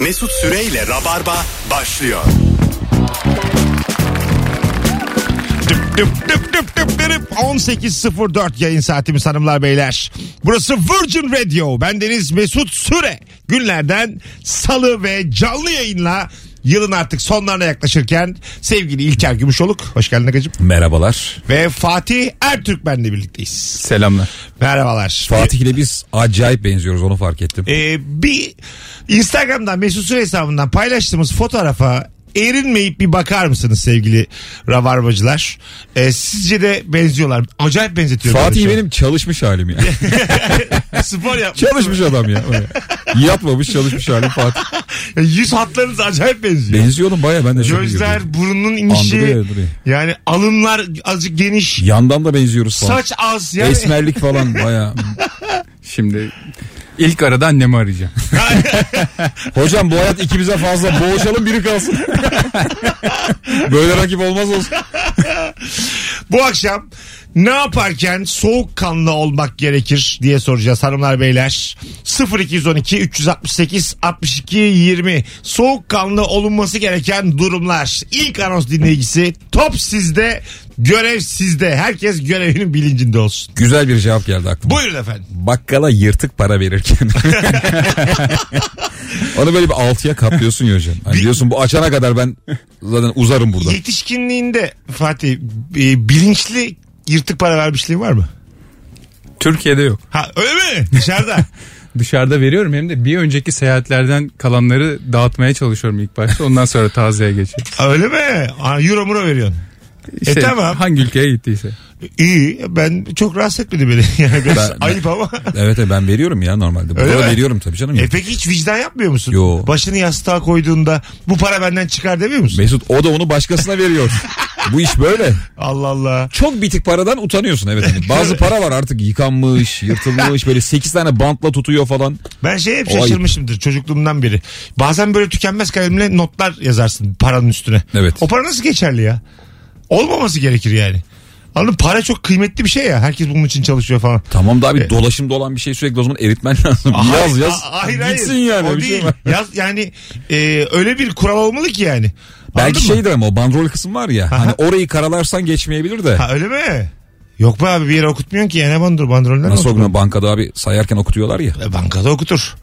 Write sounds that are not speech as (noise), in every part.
Mesut Süreyle Rabarba başlıyor. Düp düp düp düp düp düp. 18.04 yayın saatimiz hanımlar beyler. Burası Virgin Radio. Ben Deniz Mesut Süre. Günlerden salı ve canlı yayınla yılın artık sonlarına yaklaşırken sevgili İlker Gümüşoluk. Hoş geldin Akacığım. Merhabalar. Ve Fatih Ertürkmen'le birlikteyiz. Selamlar. Merhabalar. Fatih ile biz acayip benziyoruz onu fark ettim. Ee, bir Instagram'dan Mesut Süre hesabından paylaştığımız fotoğrafa erinmeyip bir bakar mısınız sevgili ravarbacılar? Ee, sizce de benziyorlar. Acayip benzetiyorum. Fatih böyle şu an. benim çalışmış halim ya. (laughs) Spor yapmış. çalışmış adam ya. Öyle. Yapmamış çalışmış halim Fatih. Yüz hatlarınız acayip benziyor. Benziyorum baya ben de şöyle görüyorum. Gözler, burunun inişi. Andırıyor, andırıyor. Yani alınlar azıcık geniş. Yandan da benziyoruz falan. Saç az. Yani... Esmerlik falan baya. Şimdi ilk arada (laughs) annemi arayacağım. Hocam bu hayat ikimize fazla boğuşalım (laughs) biri kalsın. Böyle rakip olmaz olsun. Bu akşam ne yaparken soğukkanlı olmak gerekir diye soracağız hanımlar beyler. 0212 368 62 20 soğukkanlı olunması gereken durumlar. İlk anons dinleyicisi top sizde görev sizde. Herkes görevinin bilincinde olsun. Güzel bir cevap geldi aklıma. Buyurun efendim. Bakkala yırtık (laughs) para verirken. Onu böyle bir altıya katlıyorsun ya hocam. Hani diyorsun bu açana kadar ben zaten uzarım burada. Yetişkinliğinde Fatih e, bilinçli yırtık para vermişliğin var mı? Türkiye'de yok. Ha öyle mi? Dışarıda. Dışarıda veriyorum hem de bir önceki seyahatlerden kalanları dağıtmaya çalışıyorum ilk başta. Ondan sonra (laughs) tazeye geçiyorum. (laughs) öyle mi? Ha, Euro muro veriyorsun. İşte tamam. Şey, Hangi ülkeye gittiyse. İyi. Ben çok rahatsız etmedi beni. (laughs) Yani biraz Ben- ayıp (laughs) ama. Evet evet, ben veriyorum ya normalde. Öyle Burada mi? veriyorum tabii canım. ya. E peki hiç vicdan yapmıyor musun? Yo. Başını yastığa koyduğunda bu para benden çıkar demiyor musun? Mesut o da onu başkasına veriyor. bu iş böyle. Allah Allah. Çok bitik paradan utanıyorsun evet. Hani bazı para var artık yıkanmış, yırtılmış böyle 8 tane bantla tutuyor falan. Ben şey hep O ayıp. şaşırmışımdır çocukluğumdan beri. Bazen böyle tükenmez kalemle notlar yazarsın paranın üstüne. Evet. O para nasıl geçerli ya? Olmaması gerekir yani. Anladın mı? para çok kıymetli bir şey ya. Herkes bunun için çalışıyor falan. Tamam da abi E. dolaşımda olan bir şey sürekli o zaman eritmen lazım. yaz Hayır, yaz. a- hayır, hayır. Gitsin yani. O bir şey değil. var. Yaz, yani e, öyle bir kural olmalı ki yani. Belki şey Anladın mı? şeydir ama o bandrol kısım var ya. Hani orayı karalarsan geçmeyebilir de. Ha, öyle mi? Yok be abi bir yere okutmuyorsun ki. Yani bandır bandroller Nasıl okutuyor? okuna bankada abi sayarken okutuyorlar ya. E, Bankada (laughs) okutur.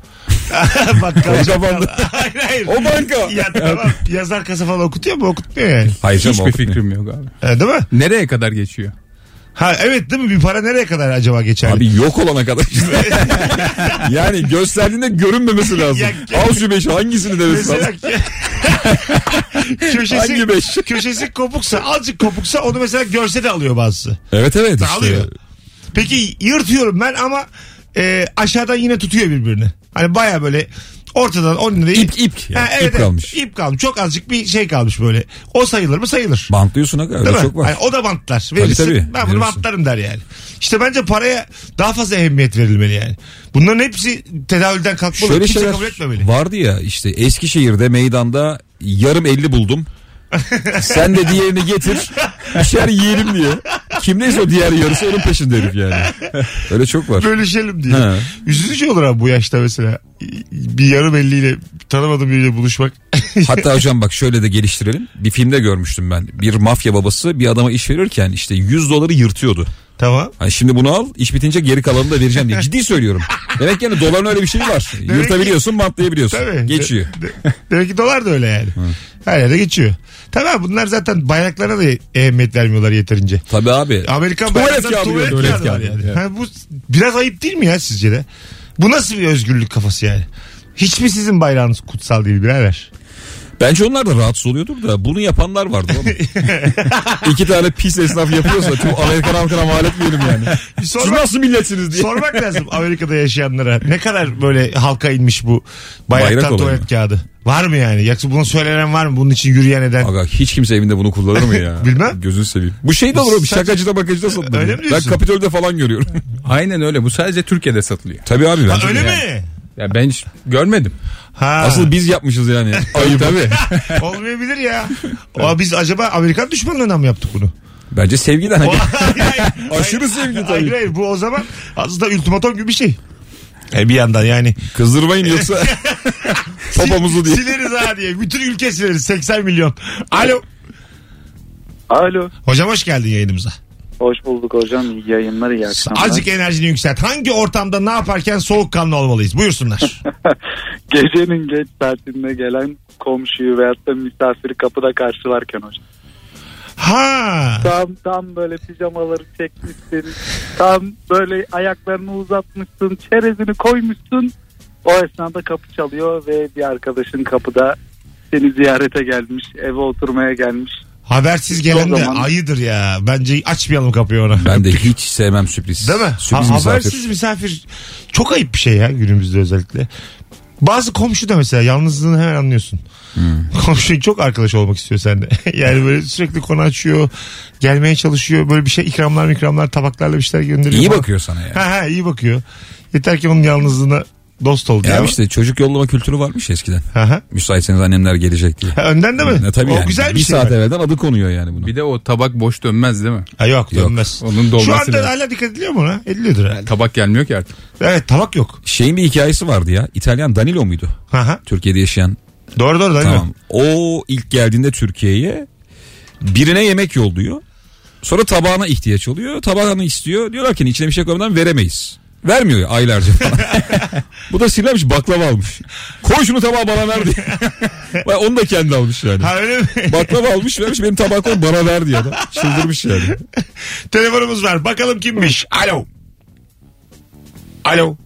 Bakkal. (laughs) hayır hayır. O banka. (laughs) Ya tamam. Yazar kasa falan okutuyor mu? Okutmuyor yani. Hayır canım Hiçbir okutmuyor. fikrim yok abi. E, değil mi? Nereye kadar geçiyor? Ha evet değil mi? Bir para nereye kadar acaba geçerli? Abi yok (laughs) olana kadar. yani gösterdiğinde görünmemesi lazım. Ya- Al şu beşi hangisini demesi lazım. Mesela (laughs) köşesi, Hangi beş? köşesi kopuksa azıcık kopuksa onu mesela görse de alıyor bazısı. Evet evet işte. Alıyor. Peki yırtıyorum ben ama e, aşağıdan yine tutuyor birbirini. Hani baya böyle ortadan 10 lirayı... İp ip. Ha, Yani evet, ip evet. kalmış. İp kalmış. Çok azıcık bir şey kalmış böyle. O sayılır mı? Sayılır. Bantlıyorsun aga öyle Değil mi? çok var. Hani o da bantlar. Verirsin. tabii. Ben bunu Verirsin. bantlarım der yani. İşte bence paraya daha fazla ehemmiyet verilmeli yani. Bunların hepsi tedavülden kalkmalı. Şöyle Kimse şeyler kabul etmemeli. vardı ya işte Eskişehir'de meydanda yarım (laughs) elli buldum. Sen de diğerini getir. Bir şeyler yiyelim diye. Kim neyse o diğer yarısı onun peşinde (laughs) herif yani. Öyle çok var. Bölüşelim diye. He. Üzücü olur abi bu yaşta mesela. Bir yarım elliyle tanımadığım biriyle buluşmak. (laughs) Hatta hocam bak şöyle de geliştirelim. Bir filmde görmüştüm ben. Bir mafya babası bir adama iş verirken işte 100 doları yırtıyordu. tamam. Hani şimdi bunu al iş bitince geri kalanını da vereceğim diye. Ciddi söylüyorum. Demek yani doların öyle bir şeyi var. Yırtabiliyorsun bantlayabiliyorsun. Tabii. Geçiyor. De- demek ki dolar da öyle yani. Her yerde geçiyor. Tamam bunlar zaten bayraklara da ehemmiyet vermiyorlar yeterince. Tabii abi. Amerikan Tuvalet bayrağında kağıdı tuvalet diyor, kağıdı tuvalet var kağıdı. yani. Ha, bu biraz ayıp değil mi ya sizce de? Bu nasıl bir özgürlük kafası yani? Hiç mi sizin bayrağınız kutsal değil birader? Bence onlar da rahatsız oluyordur da bunu yapanlar vardı oğlum. İki tane pis esnaf yapıyorsa tüm Amerikan halkına mal etmeyelim yani. Bir Siz sormak, nasıl milletsiniz diye. sormak lazım Amerika'da yaşayanlara. Ne kadar böyle halka inmiş bu bayraktan Bayrak olayı tuvalet mı? kağıdı? Var mı yani? Yoksa buna söylenen var mı? Bunun için yürüyen eden? Aga hiç kimse evinde bunu kullanır mı (laughs) ya? Bilmem. Gözünü seveyim. Bu şey de olur oğlum Sadece- şakacıda bakıcıda satılır. Öyle mi Ben diyorsun? Kapitol'de falan görüyorum. (laughs) Aynen öyle. Bu sadece Türkiye'de satılıyor. Tabii abi Ha, bence. öyle de. mi? Ya ben hiç görmedim. Ha. Asıl biz (laughs) yapmışız yani. Ayıp. Tabii. Olmayabilir ya. O, biz acaba Amerikan düşmanlığına mı yaptık (laughs) bunu? Bence sevgiden. O- Hayır, hayır. Aşırı sevgi Hayır, tabii. Hayır hayır bu o zaman aslında ultimatom gibi bir şey. E bir yandan yani (laughs) Kızdırmayın yoksa sil- Popomuzu diye. Sileriz ha diye. Bütün ülke sileriz. 80 milyon. Alo. Alo. Hocam hoş geldin yayınımıza. Hoş bulduk hocam. İyi yayınlar iyi akşamlar. Azıcık enerjini yükselt. Hangi ortamda ne yaparken soğukkanlı olmalıyız? Buyursunlar. (laughs) Gecenin geç saatinde gelen komşuyu veyahut da misafiri kapıda karşılarken hocam. Ha. Tam, tam böyle pijamaları çekmişsin. Tam böyle ayaklarını uzatmışsın. Çerezini koymuşsun. O esnada kapı çalıyor ve bir arkadaşın kapıda seni ziyarete gelmiş. Eve oturmaya gelmiş. Habersiz gelen O de zaman- ayıdır ya. Bence açmayalım kapıyı ona. Ben de hiç sevmem sürpriz. Değil mi? Sürpriz Ha- Habersiz misafir. misafir çok ayıp bir şey ya günümüzde özellikle. Bazı komşu da mesela yalnızlığını hemen anlıyorsun. Hmm. Komşun çok arkadaş olmak istiyor sende. (laughs) yani böyle sürekli konu açıyor. Gelmeye çalışıyor. Böyle bir şey ikramlar ikramlar tabaklarla bir şeyler gönderiyor. İyi falan. bakıyor sana ya. Ha ha iyi bakıyor. Yeter ki onun yalnızlığına dost ol diye. Ya ama- işte çocuk yollama kültürü varmış eskiden. Ha, ha. Müsaitseniz annemler gelecek diye. Ha, Önden de mi? Ne Hmm, tabii o yani. güzel bir, şey. saat bak. evvelden adı konuyor yani buna. Bir de o tabak boş dönmez değil mi? Ha, yok, Yok, dönmez. onun Şu dolması anda lazım. hala dikkat ediliyor mu ona? Ediliyordur herhalde. Tabak gelmiyor ki artık. Evet tabak yok. Şeyin bir hikayesi vardı ya. İtalyan Danilo muydu? Ha, ha. Türkiye'de yaşayan. Doğru doğru. Tamam. Tamam. O ilk geldiğinde Türkiye'ye birine yemek yolluyor. Sonra tabağına ihtiyaç oluyor. Tabağını istiyor. Diyorlar ki içine bir şey koymadan veremeyiz. Vermiyor ya aylarca falan. (laughs) Bu da sinirlenmiş baklava almış. Koy şunu tabağa bana ver diye. (laughs) Vay, Onu da kendi almış yani. Ha öyle mi? Baklava almış vermiş benim tabağı koy bana ver diye adam. Çıldırmış yani. Telefonumuz var. Bakalım kimmiş? Alo. Alo.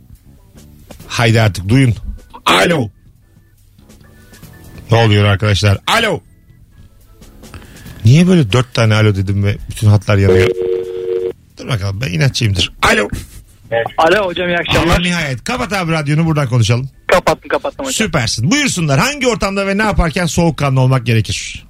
Haydi artık duyun. Alo. Ne oluyor arkadaşlar? Alo. Niye böyle dört tane alo dedim ve bütün hatlar yanıyor? Dur bakalım ben inatçıyımdır. Alo. Alo hocam iyi Allah nihayet. Kapat abi radyonu buradan konuşalım. Kapattım kapattım Süpersin. Buyursunlar. Hangi ortamda ve ne yaparken soğukkanlı olmak gerekir?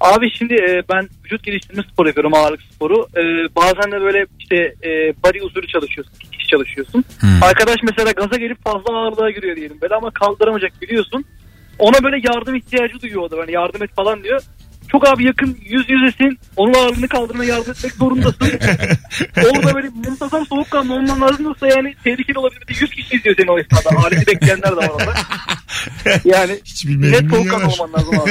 Abi şimdi e, ben vücut geliştirme sporu yapıyorum ağırlık sporu. E, bazen de böyle işte e, body usulü çalışıyorsun, kişi çalışıyorsun. Arkadaş mesela gaza gelip fazla ağırlığa giriyor diyelim böyle ama kaldıramayacak biliyorsun. Ona böyle yardım ihtiyacı duyuyor o da yani yardım et falan diyor. Çok abi yakın yüz yüzesin onun ağırlığını kaldırmaya yardım etmek zorundasın. Onu da böyle muntazam soğukkanlı olman lazım yoksa yani tehlikeli olabilir. Bir de 100 kişi izliyor seni o esnada. Halini bekleyenler de var orada. Yani Hiç bilmediğim net soğukkanlı dünyalar. olman lazım abi.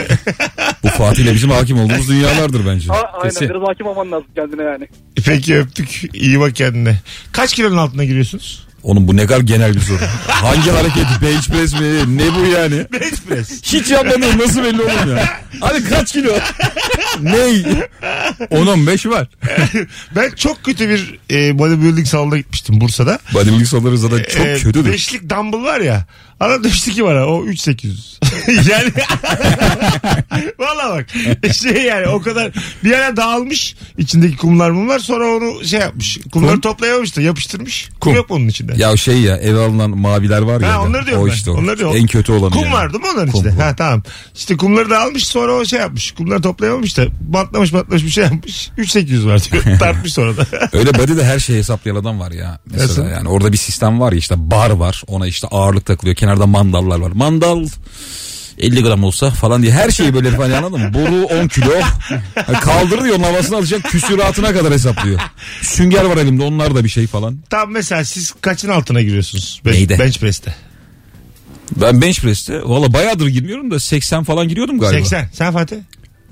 Bu Fatih ile bizim hakim olduğumuz dünyalardır bence. Ha, aynen Kesin. biraz hakim olman lazım kendine yani. Peki öptük. İyi bak kendine. Kaç kilonun altına giriyorsunuz? Onun bu ne kadar genel bir soru. Hangi hareket? (laughs) Bench press mi? Ne bu yani? Bench press. Hiç yapmadığım nasıl belli olur ya? Hani kaç kilo? Ney? 10-15 var. Ben çok kötü bir e, bodybuilding salonuna gitmiştim Bursa'da. Bodybuilding soruları zaten çok E, kötüdür. Beşlik dumbbell var ya. Adam demişti ki bana o 3800. (laughs) yani valla bak şey yani o kadar bir yere dağılmış içindeki kumlar mumlar sonra onu şey yapmış. Kumları Kum? toplayamamış da yapıştırmış. Kum, Kum. yok onun içinde. Ya şey ya eve alınan maviler var ya. Ha, onları diyorum o ben. işte o. Onları diyorum. En kötü olanı. Kum yani. var değil mi onların Kum, içinde? kum. Ha tamam. İşte kumları da almış sonra o şey yapmış. Kumları toplayamamış da bantlamış bantlamış bir şey yapmış. 3800 var (laughs) diyor. Tartmış sonra da. Öyle body'de her şeyi hesaplayan adam var ya. Mesela Nasıl? yani orada bir sistem var ya işte bar var. Ona işte ağırlık takılıyor. Kenarda mandallar var. Mandal 50 gram olsa falan diye her şeyi böyle falan anladın mı? Boru 10 kilo. Yani kaldırıyor onun havasını alacak küsüratına kadar hesaplıyor. Sünger var elimde onlar da bir şey falan. Tam mesela siz kaçın altına giriyorsunuz? Be- Neyde? Bench press'te. Ben bench press'te valla bayağıdır girmiyorum da 80 falan giriyordum galiba. 80. Sen Fatih?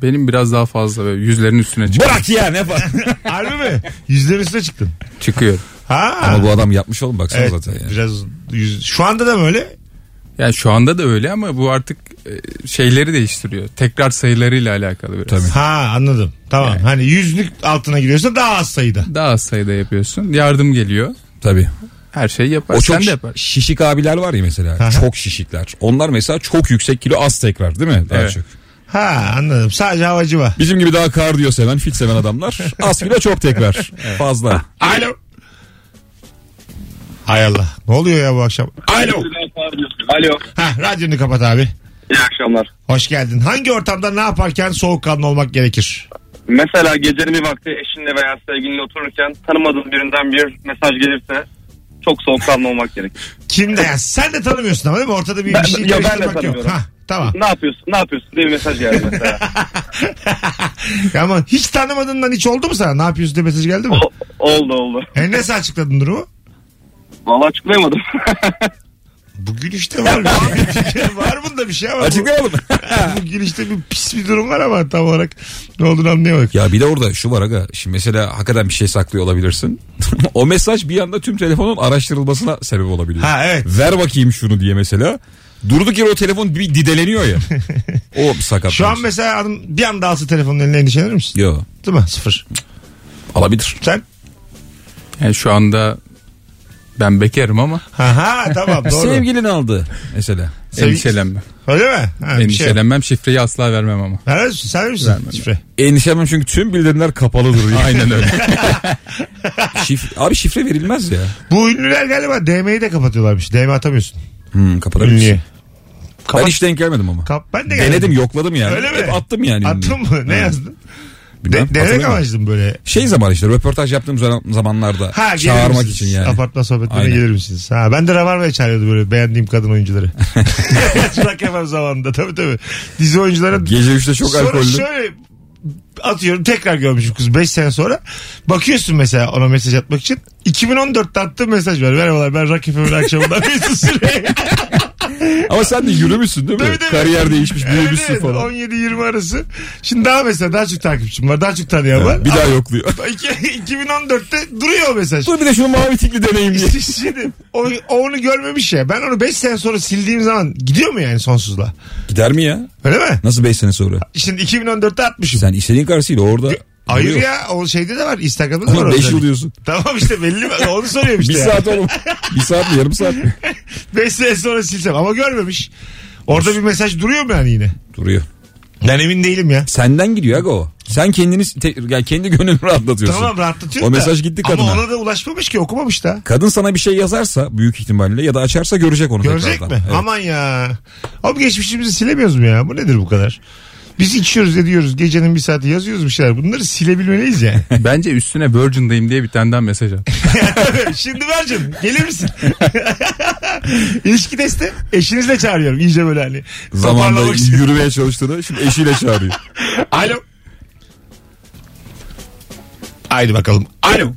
Benim biraz daha fazla böyle yüzlerin üstüne çık- Bırak ya ne (laughs) falan. Harbi mi? Yüzlerin üstüne çıktın. çıkıyor. Ha. Ama bu adam yapmış oğlum baksana evet, zaten yani. Biraz yüz... Şu anda da mı öyle? Yani şu anda da öyle ama bu artık e, şeyleri değiştiriyor. Tekrar sayılarıyla alakalı biraz. Tabii. Ha anladım. Tamam. Hani yüzlük altına giriyorsa daha az sayıda. Daha az sayıda yapıyorsun. Yardım geliyor. Tabii. Her şeyi yapar. O Sen çok de şi- yapar. şişik abiler var ya mesela. Aha. Çok şişikler. Onlar mesela çok yüksek kilo az tekrar değil mi? Daha Evet. çok. Ha anladım. Sadece havacı var. Bizim gibi daha kardiyo seven, fit seven (laughs) adamlar az kilo çok tekrar. Fazla. Alo. Hay Allah. Ne oluyor ya bu akşam? Alo. Alo. Ha radyonu kapat abi. İyi akşamlar. Hoş geldin. Hangi ortamda ne yaparken soğukkanlı olmak gerekir? Mesela gecenin bir vakti eşinle veya sevgilinle otururken tanımadığın birinden bir mesaj gelirse çok soğukkanlı olmak gerekir. Kimde ya? Sen de tanımıyorsun ama değil mi? Ortada bir, Ben- bir şey ya ben de karıştırmak yok. tanımıyorum. Ha, tamam. Ne yapıyorsun? Ne yapıyorsun diye bir mesaj geldi (laughs) mesela. Ama hiç tanımadığından hiç oldu mu sana? Ne yapıyorsun diye mesaj geldi mi? O- oldu oldu. E nasıl açıkladın durumu? Vallahi açıklayamadım. Bu gülüşte var. mı? (laughs) var bunda bir şey ama. bu- Açıklayalım. bu gülüşte bir pis bir durum var ama tam olarak ne olduğunu anlayamadık. (laughs) ya bir de orada şu var aga. Şimdi mesela hakikaten bir şey saklıyor olabilirsin. (laughs) o mesaj bir anda tüm telefonun araştırılmasına sebep olabiliyor. Ha evet. Ver bakayım şunu diye mesela. Durduk yere o telefon bir dideleniyor (laughs) ya. o bir sakat. Şu an mesela hanım bir anda alsa telefonun eline endişelenir misin? Yo Değil mi? Sıfır. alabilir. Sen? Yani şu anda ben bekarım ama Ha (laughs) ha tamam doğru. Sevgilini aldı mesela. Sevgi- endişelenmem. Öyle mi? Ha, bir şey yok. Endişelenmem şifreyi asla vermem ama. Vermez misin? Sen verir misin? şey. Vermem. Şifre. Endişelenmem çünkü tüm bildirimler kapalıdır. (laughs) Aynen öyle. (laughs) Şif abi şifre verilmez ya. Bu ünlüler galiba DM'yi de kapatıyorlarmış. DM atamıyorsun. Hmm, kapatabilirsin. şey. Ünlüye. Ben Kapat. hiç denk gelmedim ama. Kap, ben de geldim. Denedim yokladım yani. Öyle mi? Hep attım yani. Attın ünlü. mı? Ne Ha, yazdın? bilmem, De, denemek hatırlamıyorum. amaçlı böyle. Şey zaman işte röportaj yaptığım zaman- zamanlarda Ha, gelir çağırmak misiniz? için yani. Apartman sohbetlerine Aynen. gelir misiniz? Ha, ben de Rabarba'ya çağırıyordu böyle beğendiğim kadın (laughs) oyuncuları. (laughs) Çırak yapar zamanında tabii tabii. Dizi oyuncuları Gece 3'te çok sonra alkollü. şöyle atıyorum tekrar görmüşüm kız 5 sene sonra. Bakıyorsun mesela ona mesaj atmak için. 2014'te attığım mesaj var. Merhabalar ben Rock (laughs) FM'in akşamından Mesut Süre. Ama sen de yürümüşsün değil mi? Tabii, tabii. Kariyer değişmiş, büyümüşsün Evet, falan. 17-20 arası. Şimdi daha mesela daha çok takipçim var. Daha çok tanıyan var. Bir daha yokluyor. (laughs) İki- 2014'te duruyor o mesaj. Dur bir de şunu mavi tikli deneyim diye. İşte Şimdi o, o onu görmemiş ya. Ben onu 5 sene sonra sildiğim zaman gidiyor mu yani sonsuzluğa? Gider mi ya? Öyle mi? Nasıl 5 sene sonra? Şimdi 2014'te atmışım. Sen istediğin karşısıyla orada. Hayır duruyor. ya o şeyde de var. Instagram'da da var. Ama o 5 yıl özellik. diyorsun. Tamam işte belli mi? Onu (laughs) soruyorum Bir işte. ya. saat oğlum. Bir saat mi yarım saat mi? (laughs) 5 sene sonra silsem ama görmemiş. Orada bir mesaj duruyor mu yani yine? Duruyor. Ben emin değilim ya. Senden gidiyor aga o. Sen kendini te- yani kendi gönlünü rahatlatıyorsun. Tamam rahatlatıyor O da. mesaj gitti kadına. Ama ona da ulaşmamış ki okumamış da. Kadın sana bir şey yazarsa büyük ihtimalle ya da açarsa görecek onu Görecek tekrardan. mi? Evet. Aman ya. Abi geçmişimizi silemiyoruz mu ya? Bu nedir bu kadar? Biz içiyoruz ediyoruz. Gecenin bir saati yazıyoruz bir şeyler. Bunları silebilmeliyiz (laughs) yani. (laughs) Bence üstüne Virgin'dayım diye bir tane daha mesaj at. Şimdi Mercan gelir misin? (laughs) İlişki testi eşinizle çağırıyorum. İyice böyle hani. Zamanında toparlamak için. yürümeye çalıştığını şimdi eşiyle çağırıyor. Alo. Haydi bakalım. Alo.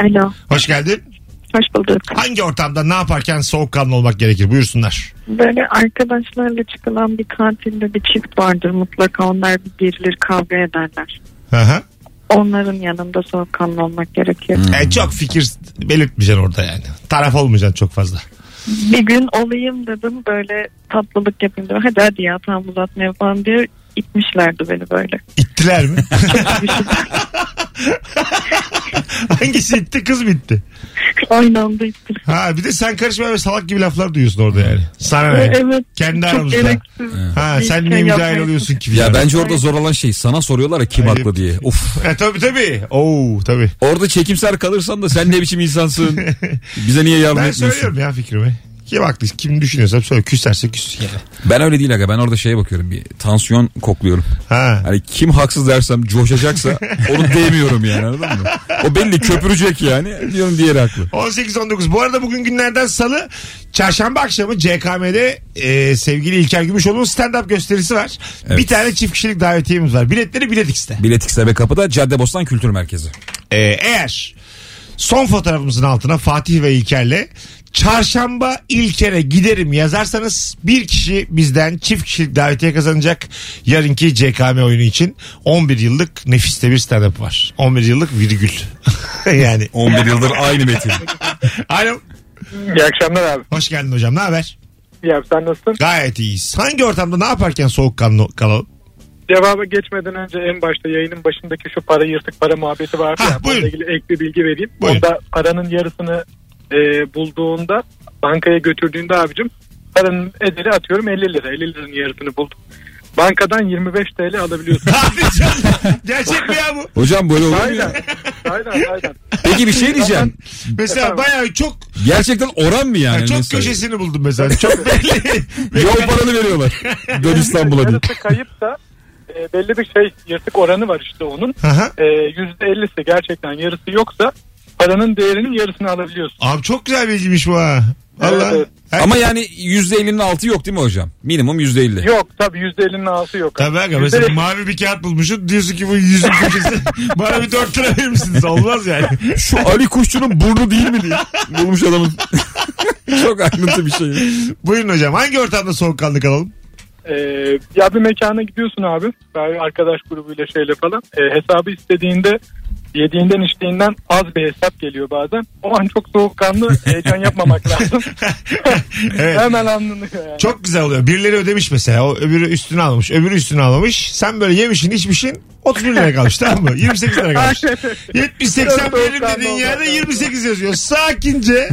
Alo, Hoş geldin. hoş bulduk. Hangi ortamda ne yaparken soğukkanlı olmak gerekir? Buyursunlar. Böyle arkadaşlarla çıkılan bir tatilde bir çift vardır mutlaka. Onlar bir girilir kavga ederler. Aha. Onların yanında soğukkanlı olmak gerekiyor. E, çok fikir belirtmeyeceksin orada yani. Taraf olmayacaksın çok fazla. Bir gün olayım dedim böyle tatlılık yapayım dedim. Hadi hadi ya tam uzatmaya falan diye itmişlerdi beni böyle. İttiler mi? (laughs) Hangisi itti kız mı itti? Oynandı itti. Ha bir de sen karışma ve salak gibi laflar duyuyorsun orada yani. Sana ne? Evet. Kendi Çok aramızda. gereksiz. Ha Bir sen şey niye müdahil yapmayın. oluyorsun ki? (laughs) ya bence orada zor olan şey sana soruyorlar ya kim Ayıp. haklı diye. Of. E tabii tabii. Oo tabii. Orada çekimser kalırsan da sen ne biçim insansın. (laughs) Bize niye yardım Ben etmiyorsun? söylüyorum ya fikrimi. Kim haklı? Kim düşünüyorsa söyle. Küsserse küssün yani. Ben öyle değil aga. Ben orada şeye bakıyorum. Bir tansiyon kokluyorum. Ha. Hani kim haksız dersem coşacaksa (laughs) onu değmiyorum yani anladın mı? O belli köpürecek yani. Diyorum diğeri haklı. 18-19. Bu arada bugün günlerden salı. Çarşamba akşamı CKM'de e, sevgili İlker Gümüşoğlu'nun stand-up gösterisi var. Evet. Bir tane çift kişilik davetiyemiz var. Biletleri Bilet X'te. Bilet X'te ve kapıda Caddebostan Kültür Merkezi. Ee, eğer son fotoğrafımızın altına Fatih ve İlker'le çarşamba İlker'e giderim yazarsanız bir kişi bizden çift kişilik davetiye kazanacak yarınki CKM oyunu için 11 yıllık nefiste bir stand-up var. 11 yıllık virgül. (laughs) yani. 11 yıldır aynı metin. Alo. (laughs) İyi akşamlar abi. Hoş geldin hocam. Ne haber? İyi abi sen nasılsın? Gayet iyiyiz. Hangi ortamda ne yaparken soğukkanlı kalalım? (laughs) Cevaba geçmeden önce en başta yayının başındaki şu para yırtık para muhabbeti vardı Hah, ya. Bununla buyurun. ilgili ek bir bilgi vereyim. Buyurun. Onda paranın yarısını e, bulduğunda bankaya götürdüğünde abicim paranın ederi atıyorum 50 lira. 50 liranın yarısını buldum. Bankadan 25 TL alabiliyorsun. Hadi canım. Gerçek mi ya bu? Hocam böyle olur mu aynen. ya? Aynen aynen. Peki bir şey diyeceğim. Mesela bayağı çok Gerçekten oran mı yani? çok mesela? köşesini buldum mesela. Çok belli. Yol paranı (laughs) veriyorlar. Dön İstanbul'a diye. Yarısı kayıp da e, belli bir şey yırtık oranı var işte onun. Aha. E, %50'si gerçekten yarısı yoksa paranın değerinin yarısını alabiliyorsun. Abi çok güzel bilgiymiş bu ha. Valla. Evet, evet. Her- Ama yani %50'nin altı yok değil mi hocam? Minimum %50. Yok tabii %50'nin altı yok. Tabii aga Yüzde mesela elli- mavi bir kağıt bulmuşsun diyorsun ki bu yüzün (laughs) köşesi bana bir dört lira verir misiniz olmaz yani. Şu Ali Kuşçu'nun burnu değil mi diye. Bulmuş adamın. (laughs) Çok ayrıntı bir şey. Buyurun hocam hangi ortamda soğukkanlı kalalım? Ee, ya bir mekana gidiyorsun abi. Böyle arkadaş grubuyla şeyle falan. Ee, hesabı istediğinde yediğinden içtiğinden az bir hesap geliyor bazen. O an çok soğukkanlı heyecan yapmamak lazım. Evet. Hemen anlanıyor yani. Çok güzel oluyor. Birileri ödemiş mesela. O öbürü üstüne almış. Öbürü üstüne almamış. Sen böyle yemişin içmişin 30 liraya kalmış tamam mı? 28 liraya kalmış. 70-80 Biraz verim soğukkanlı dediğin olmak yerde lazım. 28 yazıyor. Sakince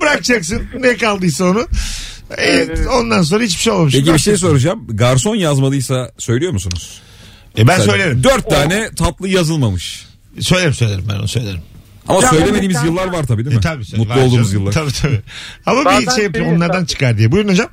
bırakacaksın ne kaldıysa onu. Ee, ondan sonra hiçbir şey olmamış. Peki bir şey soracağım. Garson yazmadıysa söylüyor musunuz? E ben söylerim. Dört tane tatlı yazılmamış. Söylerim söylerim ben onu söylerim. Ama Ya söylemediğimiz evet, yıllar var tabii değil mi? E, tabii, Mutlu var canım. olduğumuz yıllar. Tabii tabii. Ama bir Bazen şey yapayım şey- onlardan çıkar diye. Buyurun hocam.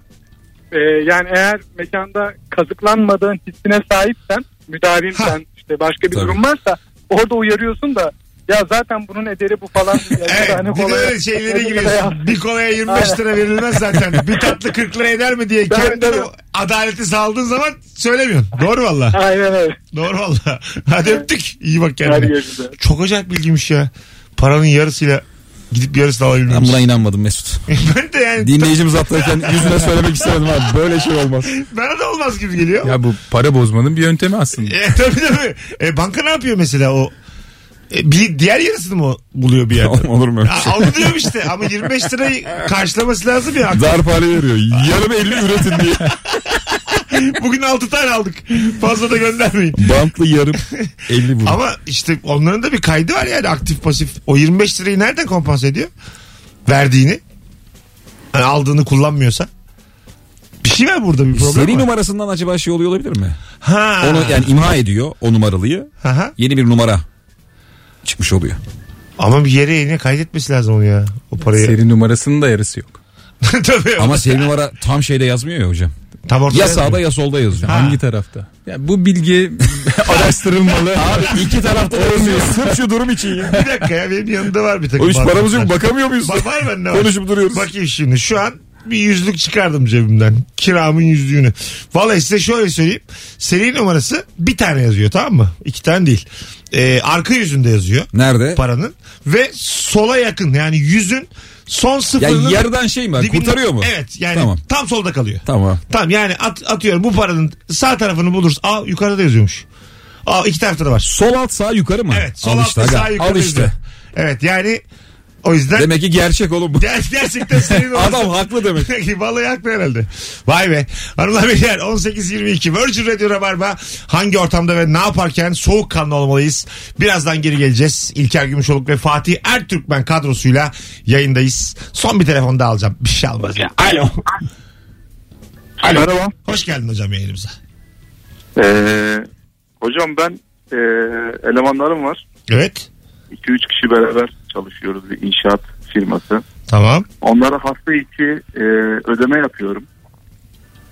Ee, yani eğer mekanda kazıklanmadığın hissine sahipsen, Ha. müdavimsen, işte başka bir Tabii. durum varsa orada uyarıyorsun da ya zaten bunun ederi bu (laughs) falan. Ya Evet, hani bir de kolay- öyle şeylere Ya- giriyorsun. Bir kolaya 25 lira verilmez (laughs) zaten. Bir tatlı 40 lira eder mi diye Tabii, kendini tabii. adaleti sağladığın zaman söylemiyorsun. Doğru valla. Aynen öyle. Doğru valla. (laughs) Hadi öptük. İyi bak Her kendine. yerinde. Çok acayip bilgiymiş ya. Paranın yarısıyla gidip yarısını alabilmemiz. Ben buna inanmadım Mesut. (laughs) ben de yani Dinleyicimiz atlarken yüzüne söylemek istemedim abi. Böyle şey olmaz. bana da olmaz gibi geliyor. Ya bu para bozmanın bir yöntemi aslında. E, tabii tabii. E, banka ne yapıyor mesela o? E, bir, diğer yarısını mı buluyor bir yerde? (laughs) Olur mu öyle Ya, şey? Aldı diyorum işte ama 25 lirayı karşılaması lazım ya. Darphane veriyor. Yarım 50 üretin diye. Bugün 6 tane aldık. Fazla da (laughs) göndermeyin. Bantlı yarım 50 vurdu. Ama işte onların da bir kaydı var yani aktif pasif. O 25 lirayı nereden kompanse ediyor? Verdiğini. Yani aldığını kullanmıyorsa. Bir şey var burada bir problem Seri var. numarasından acaba şey oluyor olabilir mi? Ha. Onu yani imha ediyor o numaralıyı. Aha. Yeni bir numara çıkmış oluyor. Ama bir yere yine kaydetmesi lazım onu ya. O parayı. Seri numarasının da yarısı yok. (laughs) Tabii. Ama seri numara tam şeyde yazmıyor ya hocam. tam ortada Ya yazmıyor. sağda ya solda yazıyor. Hangi tarafta? Ya (laughs) bu bilgi araştırılmalı. Abi iki tarafta yazıyor. Sırf şu durum için ya. Bir dakika ya benim yanımda var bir takım. O iş paramız yok banknotlar. bakamıyor muyuz? Ba- var bende var. Konuşup duruyoruz. Bakayım şimdi şu an bir yüzlük çıkardım cebimden. Kiramın yüzlüğünü. Vallahi size şöyle söyleyeyim. Seri numarası bir tane yazıyor tamam mı? İki tane değil. Ee, arka yüzünde yazıyor Nerede? paranın. Ve sola yakın yani yüzün son Ya sıfırının... yarıdan şey mi? dibinde- Kurtarıyor mu? Evet yani Tamam. tam solda kalıyor. Tamam. Tamam yani at- atıyorum bu paranın sağ tarafını buluruz. Aa yukarıda da yazıyormuş. Aa iki tarafta da var. Sol alt sağ yukarı mı? Evet sol Al altta işte, sağ aga. yukarı Al işte. yazıyor. Evet yani o yüzden... Demek ki gerçek oğlum bu. Ger- gerçekten (laughs) seri numarası. Adam haklı (laughs) demek. Peki vallahi haklı herhalde. Vay be. Hanımlar beyler 18.22 Virgin Radio Rabarba hangi ortamda ve ne yaparken soğukkanlı olmalıyız? Birazdan geri geleceğiz. İlker Gümüşoluk ve Fatih Ertürkmen kadrosuyla yayındayız. Son bir telefon daha alacağım. Bir şey almaz. ya. Alo. Alo. Merhaba. Hoş geldin hocam yayınımıza. Ee, hocam ben ee, elemanlarım var. Evet. 2-3 kişi beraber çalışıyoruz bir inşaat firması. Tamam. Onlara hafta içi e, ödeme yapıyorum.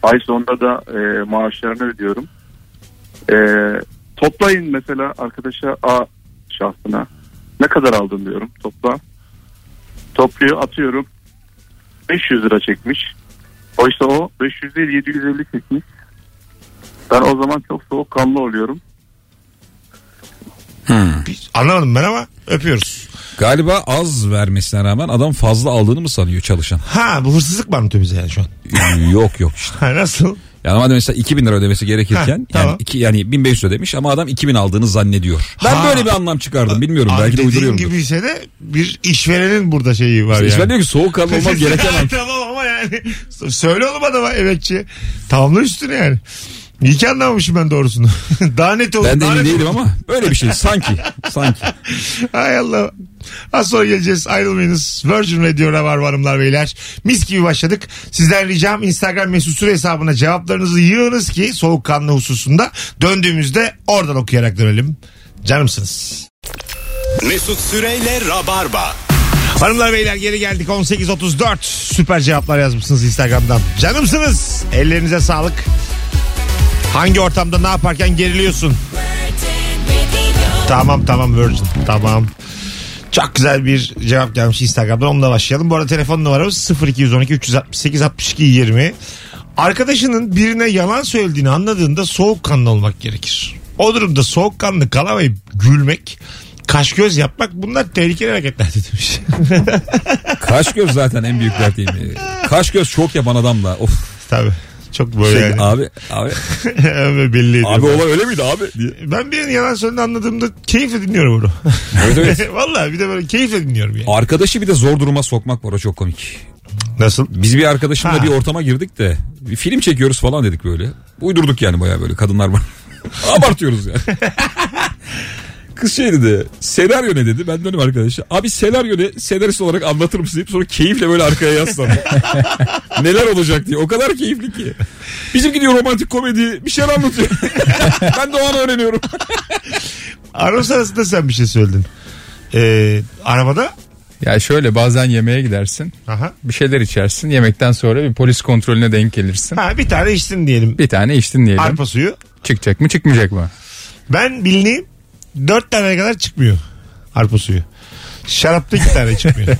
Ay sonunda da e, maaşlarını ödüyorum. E, toplayın mesela arkadaşa A şahsına. Ne kadar aldın diyorum topla. Topluyor atıyorum. 500 lira çekmiş. Oysa o 500 değil 750 çekmiş. Ben o zaman çok soğukkanlı oluyorum. Bir- Anlamadım ben ama öpüyoruz. Galiba az vermesine rağmen adam fazla aldığını mı (laughs) sanıyor çalışan? Ha bu hırsızlık mı anlatıyor bize yani şu an? yok yok işte. Ha, nasıl? Yani adam mesela 2000 lira ödemesi Heh, gerekirken tamam. yani, iki, yani 1500 ödemiş ama adam 2000 aldığını zannediyor. Ben Ha. böyle bir anlam çıkardım bilmiyorum Abi belki de dediğin uyduruyorum. gibi ise de bir işverenin burada şeyi var yani. İşte ben diyor ki soğukkanlı (laughs) olmak gereken an. tamam ama yani. Söyle oğlum adama emekçi. Tamamla üstüne yani. İyi ki anlamamışım ben doğrusunu. (laughs) Daha net olur. Ben de daha emin net değilim olur. ama böyle bir şey sanki sanki. Hay Allah. Az sonra geleceğiz. Ayrılmayınız. Virgin Radio var hanımlar beyler. Mis gibi başladık. Sizden ricam Instagram mesut süre hesabına cevaplarınızı yığınız ki soğukkanlı hususunda döndüğümüzde oradan okuyarak dönelim. Canımsınız. Mesut Süreyle Rabarba. Hanımlar beyler geri geldik 18.34 süper cevaplar yazmışsınız Instagram'dan. Canımsınız ellerinize sağlık. Hangi ortamda ne yaparken geriliyorsun? Tamam tamam Virgin tamam. Çok güzel bir cevap gelmiş Instagram'dan onunla başlayalım. Bu arada telefon numaramız 0212 368 62 20. Arkadaşının birine yalan söylediğini anladığında soğukkanlı olmak gerekir. O durumda soğukkanlı kalamayıp gülmek kaş göz yapmak bunlar tehlikeli hareketler demiş. (laughs) Kaş göz zaten en büyük dertliyim. Kaş göz çok yapan adamla. Of. Tabii. Çok böyle Şey, yani. Abi (laughs) abi Ama belli ediyor. abi olay öyle (laughs) miydi abi diye. Ben birinin yalan söylediğini anladığımda keyifle dinliyorum bunu. Evet, evet. (laughs) Vallahi bir de böyle keyifle dinliyorum yani. Arkadaşı bir de zor duruma sokmak var o çok komik. Nasıl? Biz bir arkadaşımla Ha. bir ortama girdik de bir film çekiyoruz falan dedik böyle. Uydurduk yani bayağı böyle kadınlar var. (laughs) Abartıyoruz yani. Kız şey dedi senaryo ne dedi ben dönüm arkadaşa. Abi senaryo ne senarist olarak anlatır mısın deyip sonra keyifle böyle arkaya yaslandı. (laughs) Neler olacak diye o kadar keyifli ki. Bizimki diyor romantik komedi bir şeyler anlatıyor. (laughs) ben de o an öğreniyorum. Anons arasında sen bir şey söyledin. Ee, arabada Ya şöyle bazen yemeğe gidersin. Aha. Bir şeyler içersin. Yemekten sonra bir polis kontrolüne denk gelirsin. Ha, bir tane içtin diyelim. Bir tane içtin diyelim. Arpa suyu. Çıkacak mı çıkmayacak mı? Ben bildiğim dört tane kadar çıkmıyor arpa suyu. Şarapta iki tane (laughs) çıkmıyor.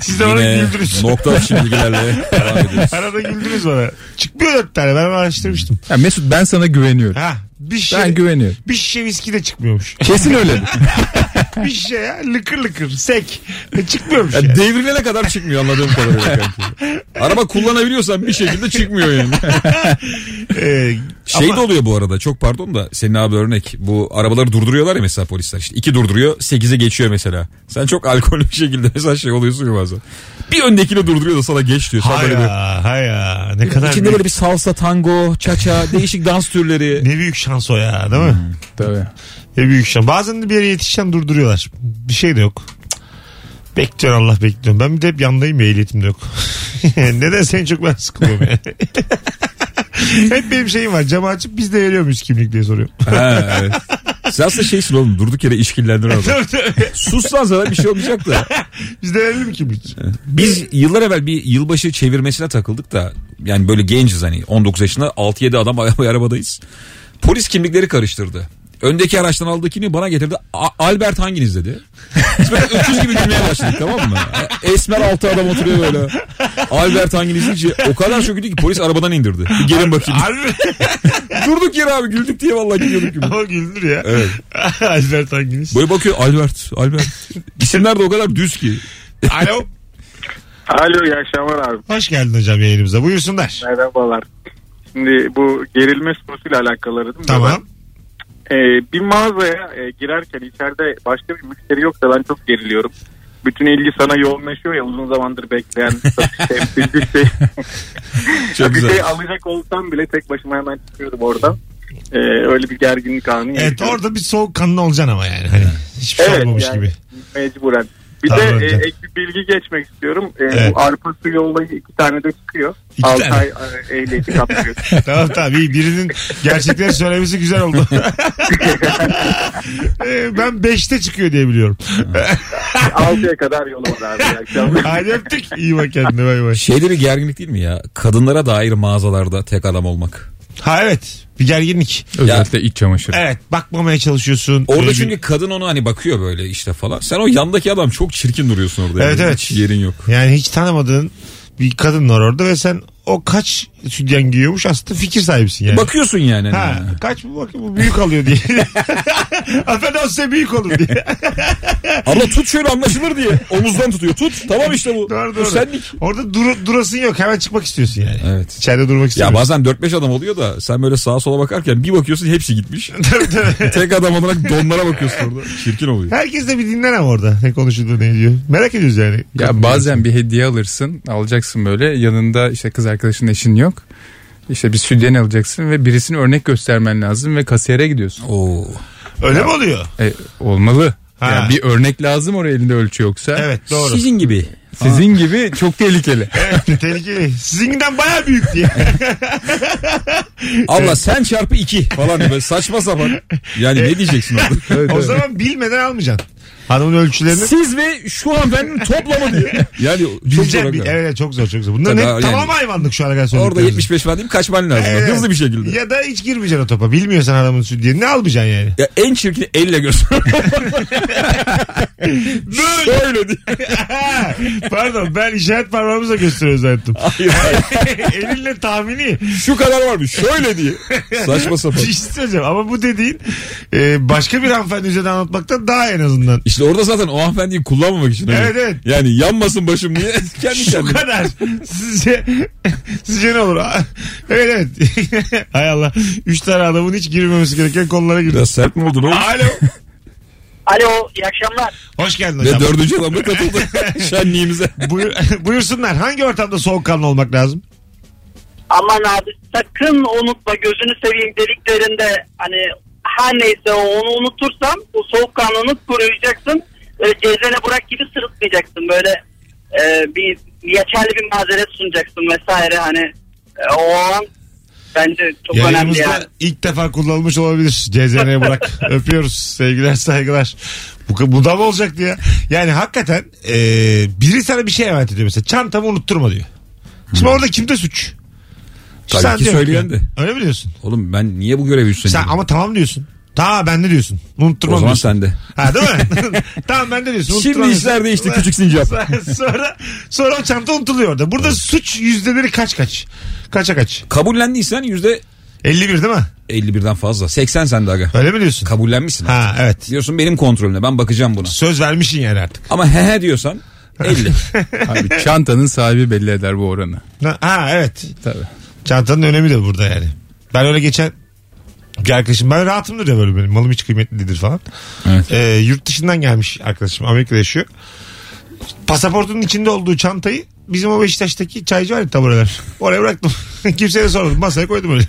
Siz de bana Yine güldünüz. (laughs) nokta atışı bilgilerle devam ediyoruz. Arada güldünüz bana. Çıkmıyor dört tane. Ben araştırmıştım. Ya Mesut ben sana güveniyorum. Ha, bir şişe, Ben güveniyorum. bir şişe viski de çıkmıyormuş. (laughs) Kesin öyle. bir şişe ya lıkır lıkır sek. E, Çıkmıyormuş yani. Ya devrilene kadar çıkmıyor anladığım kadarıyla. kanki. Araba kullanabiliyorsan bir şekilde çıkmıyor yani. Ee, (laughs) Şey ama- de oluyor bu arada çok pardon da senin abi örnek. Bu arabaları durduruyorlar ya mesela polisler işte. iki durduruyor sekize geçiyor mesela. Sen çok alkollü bir şekilde (laughs) mesela şey oluyorsun ya bazen. Bir öndekini durduruyor da sana geç diyor. Sen böyle bir... Haya haya ne kadar İçinde büyük, böyle bir salsa, tango, çaça, değişik dans türleri. (laughs) Hmm, ne büyük şans o ya değil mi? Tabii. Ne büyük şans. Bazen de bir yere yetişeceğim durduruyorlar. Bir şey de yok. Bekliyorum Allah bekliyorum. Ben bir de hep yandayım ya ehliyetim de yok. (laughs) Neden seni çok ben sıkılıyorum yani. (laughs) hep benim şeyim var. Camı açıp biz de veriyor muyuz kimlik diye soruyorum. (laughs) Ha, evet. Sen aslında şeysin oğlum durduk yere (laughs) işkillendiren adam. Sus lan zaten bir şey olmayacak da. biz de verelim mi kimlik? Biz yıllar evvel bir yılbaşı çevirmesine takıldık da yani böyle genciz hani 19 yaşında 6-7 adam (laughs) araba- arabadayız. Polis kimlikleri karıştırdı. Öndeki araçtan aldığı kimliği bana getirdi. A- Albert hanginiz dedi. Biz böyle öküz gibi gülmeye başladık tamam mı? Esmer altı adam oturuyor böyle. Albert hanginiz deyince o kadar çok güldük ki polis arabadan indirdi. Bir gelin bakayım. Harbi. (laughs) (laughs) Durduk yere abi güldük diye vallahi gülüyorduk gibi. Ama güldür ya. Evet. (laughs) Albert hanginiz? Böyle bakıyor Albert, Albert. İsimler de o kadar düz ki. Alo. Alo iyi akşamlar abi. Hoş geldin hocam yayınımıza. Buyursunlar. Merhabalar. Şimdi bu gerilme sorusuyla alakalı değil mi? Tamam. Ee, bir mağazaya e, girerken içeride başka bir müşteri yoksa ben çok geriliyorum. Bütün ilgi sana yoğunlaşıyor ya uzun (laughs) zamandır bekleyen satış temsilcisi. Çok bir şey güzel. alacak olsam bile tek başıma hemen çıkıyorum oradan. Ee, öyle bir gerginlik anı. Evet yaşıyorum. orada bir soğuk kanlı olacaksın ama yani. Hani hiçbir şey Evet, olmamış yani. gibi. (laughs) Mecburen. Bir Tamam, de e, hocam. ek bir bilgi geçmek istiyorum. E, Evet. Bu arpa suyu olayı iki tane de çıkıyor. İki 6 tane. ay e, (laughs) ehliyeti kaptırıyor. tamam tamam iyi birinin gerçekleri söylemesi güzel (laughs) oldu. Ee, ben 5'te çıkıyor diye biliyorum. 6'ya kadar yolu var abi. İyi akşamlar. (laughs) Hadi öptük. İyi bak kendine bay bay. Şeyde Şey bir gerginlik değil mi ya? Kadınlara dair mağazalarda tek adam olmak. Ha evet bir gerginlik. Özellikle iç çamaşırı. Evet bakmamaya çalışıyorsun. Orada Böyle bir- çünkü kadın ona hani bakıyor böyle işte falan. Sen o yandaki adam çok çirkin duruyorsun orada. Evet, yani. evet. Hiç yerin yok. Yani hiç tanımadığın bir kadın var orada ve sen o kaç sütyen giyiyormuş aslında fikir sahibisin yani. Bakıyorsun yani. hani. Ha, kaç bu bakayım bu büyük alıyor diye. (laughs) Affedersin size büyük olur diye. (laughs) Abla tut şöyle anlaşılır diye. Omuzdan tutuyor. Tut. Tamam işte (laughs) bu. Doğru, Bu doğru. senlik. Orada dur, durasın yok hemen çıkmak istiyorsun yani. Evet. İçeride durmak istiyorsun. Ya bazen 4-5 adam oluyor da sen böyle sağa sola bakarken bir bakıyorsun (laughs) hepsi gitmiş. Tek adam olarak donlara bakıyorsun orada. Çirkin oluyor. Herkes de bir dinler ama orada ne konuşuldu ne diyor. Merak ediyoruz yani. Ya bazen bir hediye alırsın, alacaksın böyle. Yanında işte kız arkadaşın eşin yok. İşte bir sütyen alacaksın ve birisini örnek göstermen lazım ve kasiyere gidiyorsun. Oo. Öyle mi oluyor? E, olmalı. Ha. Yani bir örnek lazım oraya elinde ölçü yoksa. Evet doğru. Sizin gibi. Sizin gibi çok (laughs) tehlikeli. Evet, tehlikeli. Sizinkinden baya büyük (laughs) diye. Abla sen E- çarpı 2 falan diye böyle saçma sapan. Yani ne diyeceksin (laughs) orada? o zaman bilmeden almayacaksın. Hanımın ölçülerini. Siz ve şu hanımefendinin (laughs) toplamı diye. Yani Bileceğim. çok bir- evet. Evet çok zor çok zor. Bunların Tabii hep abi, tamam yani- hayvanlık şu ana kadar Orada söylediklerimiz. 75 verdiğim kaçman lazım. Evet. Hızlı bir şekilde. Ya, Ya da hiç girmeyeceksin o topa. Bilmiyorsan adamın sütü ne almayacaksın (laughs) yani. (laughs) en çirkin elle göster. (laughs) Böyle. Öyle diye. Pardon ben işaret parmağımızla gösteriyoruz zannettim. Hayır, hayır. (laughs) Elinle tahmini. Şu kadar varmış. Şöyle diye. Saçma (laughs) sapan. Bir şey söyleyeceğim ama bu dediğin e, başka bir hanımefendi üzerinde anlatmaktan daha en azından. İşte orada zaten o hanımefendiyi kullanmamak için. hani. Evet, evet. Yani yanmasın başım diye kendi (laughs) Şu kendine. kadar. Sizce, sizce ne olur? (laughs) evet evet. (laughs) Hay Allah. Üç tane adamın hiç girmemesi gereken konulara girdi. Biraz sert mi oldun oğlum? Alo. Alo iyi akşamlar. Hoş geldin hocam. Ve dördüncü (laughs) adamda katıldı şenliğimize. Buyur, (laughs) buyursunlar. Hangi ortamda soğukkanlı olmak lazım? Aman abi sakın unutma gözünü seveyim dediklerinde hani her neyse o, onu unutursam bu soğukkanlılık kuruyacaksın. Böyle cezene bırak gibi sırıtmayacaksın. Böyle e, bir yeterli bir mazeret sunacaksın vesaire hani e, o an bence çok önemli Yayınımızda yani. ilk defa kullanılmış olabilir. CZN Burak. (laughs) Öpüyoruz. Sevgiler saygılar. Bu, bu da mı olacaktı ya? Yani hakikaten e, biri sana bir şey emanet ediyor mesela. Çantamı unutturma diyor. Hmm. Şimdi orada kimde suç? Tabii ki diyorsun söyleyen yani. de. Öyle mi diyorsun? Oğlum ben niye bu görevi Sen üstleniyorum? ama tamam diyorsun. Ta ben de diyorsun. Unutturmam o zaman diyorsun. sende. Ha değil mi? (laughs) tamam ben de diyorsun. Şimdi unutturmam işler diyorsun. değişti küçük sincap. (laughs) sonra sonra o çanta unutuluyor orada. Burada suç yüzdeleri kaç kaç? Kaça kaç? Kabullendiysen yüzde 51 değil mi? 51'den fazla. 80 sende aga. Öyle mi diyorsun? Kabullenmişsin. Ha evet. Diyorsun benim kontrolüne ben bakacağım buna. Söz vermişsin yani artık. Ama he he diyorsan 50. (laughs) Abi çantanın sahibi belli eder bu oranı. Ha, Ha evet. Tabii. Çantanın önemi de burada yani. Ben öyle geçen bir arkadaşım ben rahatımdır ya böyle benim malım hiç kıymetlidir falan. Evet. Ee, yurt dışından gelmiş arkadaşım Amerika'da yaşıyor. Pasaportunun içinde olduğu çantayı bizim o Beşiktaş'taki çaycı var ya tabureler. Oraya bıraktım. (laughs) Kimseye de sormadım. Masaya koydum öyle.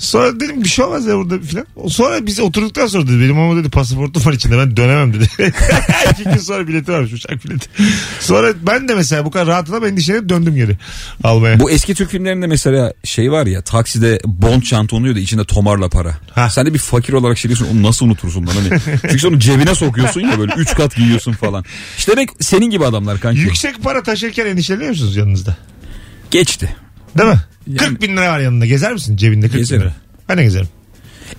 Sonra dedim bir şey olmaz ya burada filan. Sonra biz oturduktan sonra dedi benim ama dedi pasaportum var içinde ben dönemem dedi. (laughs) İki gün sonra bileti varmış uçak bileti. Sonra ben de mesela bu kadar rahat adam endişelenip döndüm geri almaya. Bu eski Türk filmlerinde mesela şey var ya takside bond çanta oluyor da içinde tomarla para. Ha. Sen de bir fakir olarak şey diyorsun onu nasıl unutursun lan (laughs) hani. Çünkü onu cebine sokuyorsun ya böyle 3 kat giyiyorsun falan. İşte demek senin gibi adamlar kanki. Yüksek para taşırken endişeleniyor musunuz yanınızda? Geçti. Değil mi? 40 bin lira var yanında. Gezer misin cebinde 40 Gezerim. bin lira? Ben de gezerim.